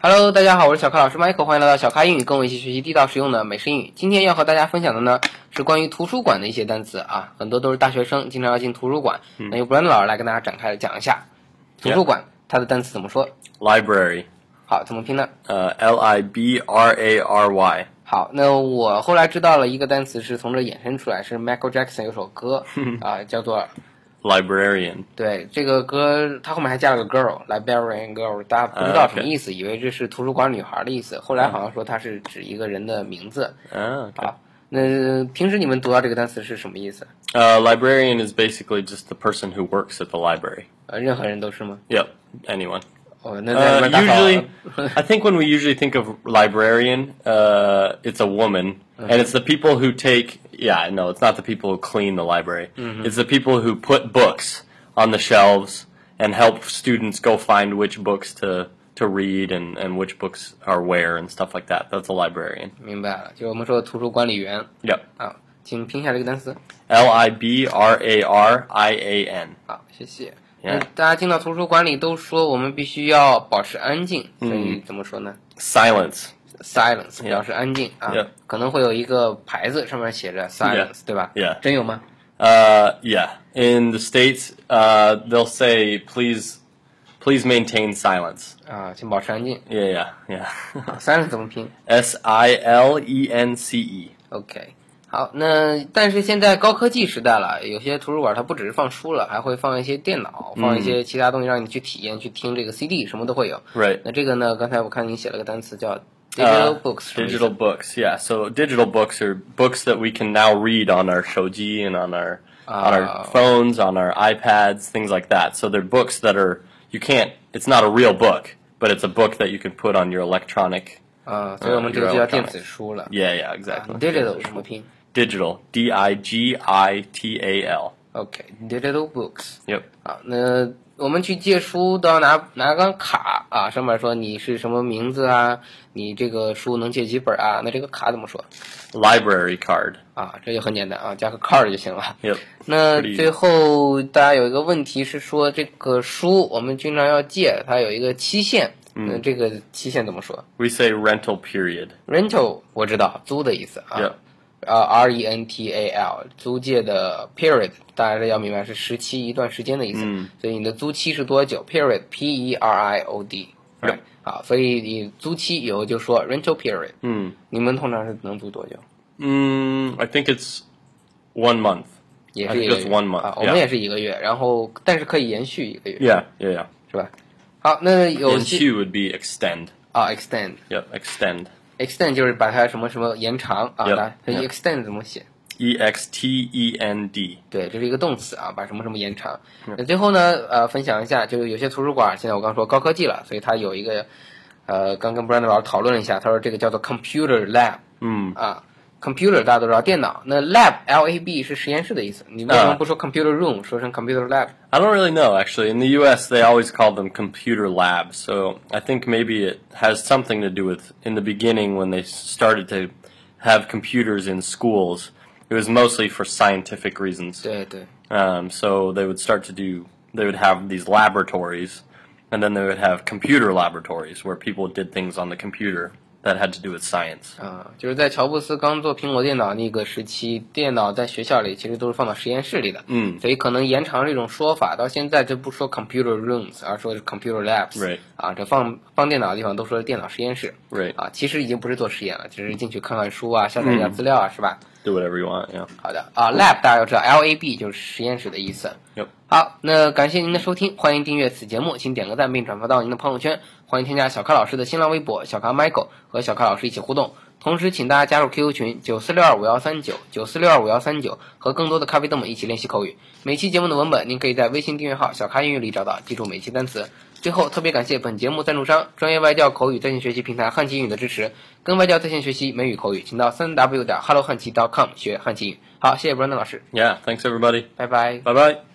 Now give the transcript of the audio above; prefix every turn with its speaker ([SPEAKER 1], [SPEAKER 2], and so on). [SPEAKER 1] Hello，大家好，我是小咖老师 Michael，欢迎来到小咖英语，跟我一起学习地道实用的美式英语。今天要和大家分享的呢是关于图书馆的一些单词啊，很多都是大学生经常要进图书馆。那由 Brandon 老师来跟大家展开讲一下图书馆它的单词怎么说，
[SPEAKER 2] Library.
[SPEAKER 1] 好，怎么拼呢？
[SPEAKER 2] Uh, L I B R A R Y.
[SPEAKER 1] 好，那我后来知道了一个单词是从这衍生出来，是 Michael Jackson 有首歌啊、叫做
[SPEAKER 2] Librarian.
[SPEAKER 1] 对这个歌，它后面还加了个 girl librarian girl，大家不知道什么意思，以为这是图书馆女孩的意思，后来好像说它是指一个人的名字。
[SPEAKER 2] Ah, okay.
[SPEAKER 1] 好，那平时你们读到这个单词是什么意思？
[SPEAKER 2] Uh, librarian is basically just the person who works at the library.
[SPEAKER 1] 呃，任何人都是吗？
[SPEAKER 2] Yep, anyone.
[SPEAKER 1] 哦，那在
[SPEAKER 2] Uh,
[SPEAKER 1] 里面打扫
[SPEAKER 2] usually, I think when we usually think of librarian, uh, it's a woman, and it's the people who take. Yeah, no, it's not the people who clean the library. It's the people who put books on the shelves and help students go find which books to to read and and which books are where and stuff like that. That's a librarian.
[SPEAKER 1] 明白了，就我们说的图书管理员
[SPEAKER 2] Yep.
[SPEAKER 1] 啊，请拼一下这个单词。
[SPEAKER 2] L I B R A R I A N.
[SPEAKER 1] 好，谢谢。那
[SPEAKER 2] Yeah
[SPEAKER 1] 大家听到图书管理都说我们必须要保持安静，
[SPEAKER 2] 嗯
[SPEAKER 1] 所以怎么说呢
[SPEAKER 2] Silence.
[SPEAKER 1] ？silence 表示安静啊
[SPEAKER 2] Yeah
[SPEAKER 1] 可能会有一个牌子上面写着 silence，、对吧
[SPEAKER 2] Yeah
[SPEAKER 1] 真有吗？
[SPEAKER 2] Uh, yeah. In the states, uh, they'll say, "Please, please maintain silence."
[SPEAKER 1] 啊，请保持安静。
[SPEAKER 2] Yeah, yeah, yeah.
[SPEAKER 1] 啊 silence 怎么拼
[SPEAKER 2] S I L E N C E.
[SPEAKER 1] ？OK，好，那但是现在高科技时代了，有些图书馆它不只是放书了，还会放一些电脑，放一些
[SPEAKER 2] 嗯
[SPEAKER 1] 其他东西让你去体验、去听这个 CD，什么都会有。
[SPEAKER 2] Right.
[SPEAKER 1] 那这个呢？刚才我看你写了个单词叫 digital
[SPEAKER 2] Uh,
[SPEAKER 1] books，什么意思
[SPEAKER 2] digital books. Yeah. So digital books are books that we can now read on our shoji and on our on
[SPEAKER 1] Ah.
[SPEAKER 2] our phones, on our iPads, things like that. So they're books that are you can't. It's not a real book, but it's a book that you can put on your electronic.
[SPEAKER 1] 啊，所以我们这个就叫电子书了。
[SPEAKER 2] Yeah, yeah,
[SPEAKER 1] 啊
[SPEAKER 2] exactly.
[SPEAKER 1] Um, digital 怎么拼
[SPEAKER 2] Digital. D I G I T A L.
[SPEAKER 1] ？OK，digital books。
[SPEAKER 2] Yep.
[SPEAKER 1] 啊，那我们去借书都要拿拿张卡啊，上面说你是什么名字啊，你这个书能借几本啊？那这个卡怎么说
[SPEAKER 2] Library card.
[SPEAKER 1] 啊？这就很简单啊，加个 card 就行了。
[SPEAKER 2] Yep.
[SPEAKER 1] 那
[SPEAKER 2] Pretty easy
[SPEAKER 1] 最后大家有一个问题是说，这个书我们经常要借，它有一个期限，
[SPEAKER 2] 嗯
[SPEAKER 1] 那这个期限怎么说？
[SPEAKER 2] We say rental period.
[SPEAKER 1] Rental 我知道租的意思啊
[SPEAKER 2] Yeah.
[SPEAKER 1] 呃 R E N T A L 租借的 period 大家要明白是时期一段时间的意思，
[SPEAKER 2] 嗯
[SPEAKER 1] 所以你的租期是多久？period P E R I O D，
[SPEAKER 2] Yeah.
[SPEAKER 1] 对，好，所以你租期以后就说 rental period，嗯，你们通常是能租多久？
[SPEAKER 2] Mm, Hmm. I think it's one month.
[SPEAKER 1] 也
[SPEAKER 2] I
[SPEAKER 1] 是
[SPEAKER 2] think
[SPEAKER 1] 一个
[SPEAKER 2] it's
[SPEAKER 1] 月
[SPEAKER 2] one
[SPEAKER 1] 啊
[SPEAKER 2] month.
[SPEAKER 1] 我们
[SPEAKER 2] Yeah.
[SPEAKER 1] 也是一个月，然后但是可以延续一个月
[SPEAKER 2] Yeah. Yeah. yeah.
[SPEAKER 1] 是吧？好，那有些
[SPEAKER 2] Ensue would be extend.
[SPEAKER 1] 啊 extend
[SPEAKER 2] Yep. Extend.
[SPEAKER 1] extend 就是把它什么什么延长啊，
[SPEAKER 2] Yeah.
[SPEAKER 1] 来所以
[SPEAKER 2] Yeah.
[SPEAKER 1] extend 怎么写？
[SPEAKER 2] E X T E N D.
[SPEAKER 1] 对，这是一个动词啊，把什么什么延长。那最后呢，呃，分享一下，就是有些图书馆现在我刚说高科技了，所以它有一个，呃，刚跟 Brandon 老师讨论了一下，他说这个叫做 computer lab，嗯啊，computer 大家都知道电脑，那 lab L A B 是实验室的意思，你为什么
[SPEAKER 2] 啊
[SPEAKER 1] 不说 computer room，说成 computer lab？
[SPEAKER 2] I don't really know, actually. In the U.S., they always call them computer labs. So I think maybe it has something to do with in the beginning when they s- started to have computers in schools. It was mostly for scientific reasons.
[SPEAKER 1] 对对
[SPEAKER 2] Um, so they would start to do, they would have these laboratories, and then they would have computer laboratories where people did things on the computer that had to do with science.
[SPEAKER 1] 啊，就是在乔布斯刚做苹果电脑那个时期，电脑在学校里其实都是放到实验室里的，
[SPEAKER 2] 嗯
[SPEAKER 1] 所以可能延长这种说法，到现在就不说 computer rooms，而说是 computer labs，
[SPEAKER 2] Right
[SPEAKER 1] 啊，这放放电脑的地方都说是电脑实验室
[SPEAKER 2] Right
[SPEAKER 1] 啊，其实已经不是做实验了，只是进去看看书啊，下载一
[SPEAKER 2] 嗯
[SPEAKER 1] 下资料啊，是吧？
[SPEAKER 2] Do whatever you want, yeah.
[SPEAKER 1] 好的
[SPEAKER 2] 嗯
[SPEAKER 1] 啊，lab 大家要知道，L A B 就是实验室的意思。
[SPEAKER 2] Yep.
[SPEAKER 1] 好，那感谢您的收听，欢迎订阅此节目，请点个赞并转发到您的朋友圈，欢迎添加小咖老师的新浪微博小咖 Michael 和小咖老师一起互动，同时请大家加入 QQ 群九四六二五幺三九九四六二五幺三九，和更多的咖啡豆们一起练习口语。每期节目的文本您可以在微信订阅号小咖英语里找到，记住每期单词。最后，特别感谢本节目赞助商专业外教口语在线学习平台汉奇英语的支持，跟外教在线学习美语口语，请到三 w 点 hello 汉奇 .com 学汉奇语。好，谢谢 Brandon 老师，
[SPEAKER 2] Yeah, thanks everybody.
[SPEAKER 1] 拜拜。
[SPEAKER 2] Bye bye.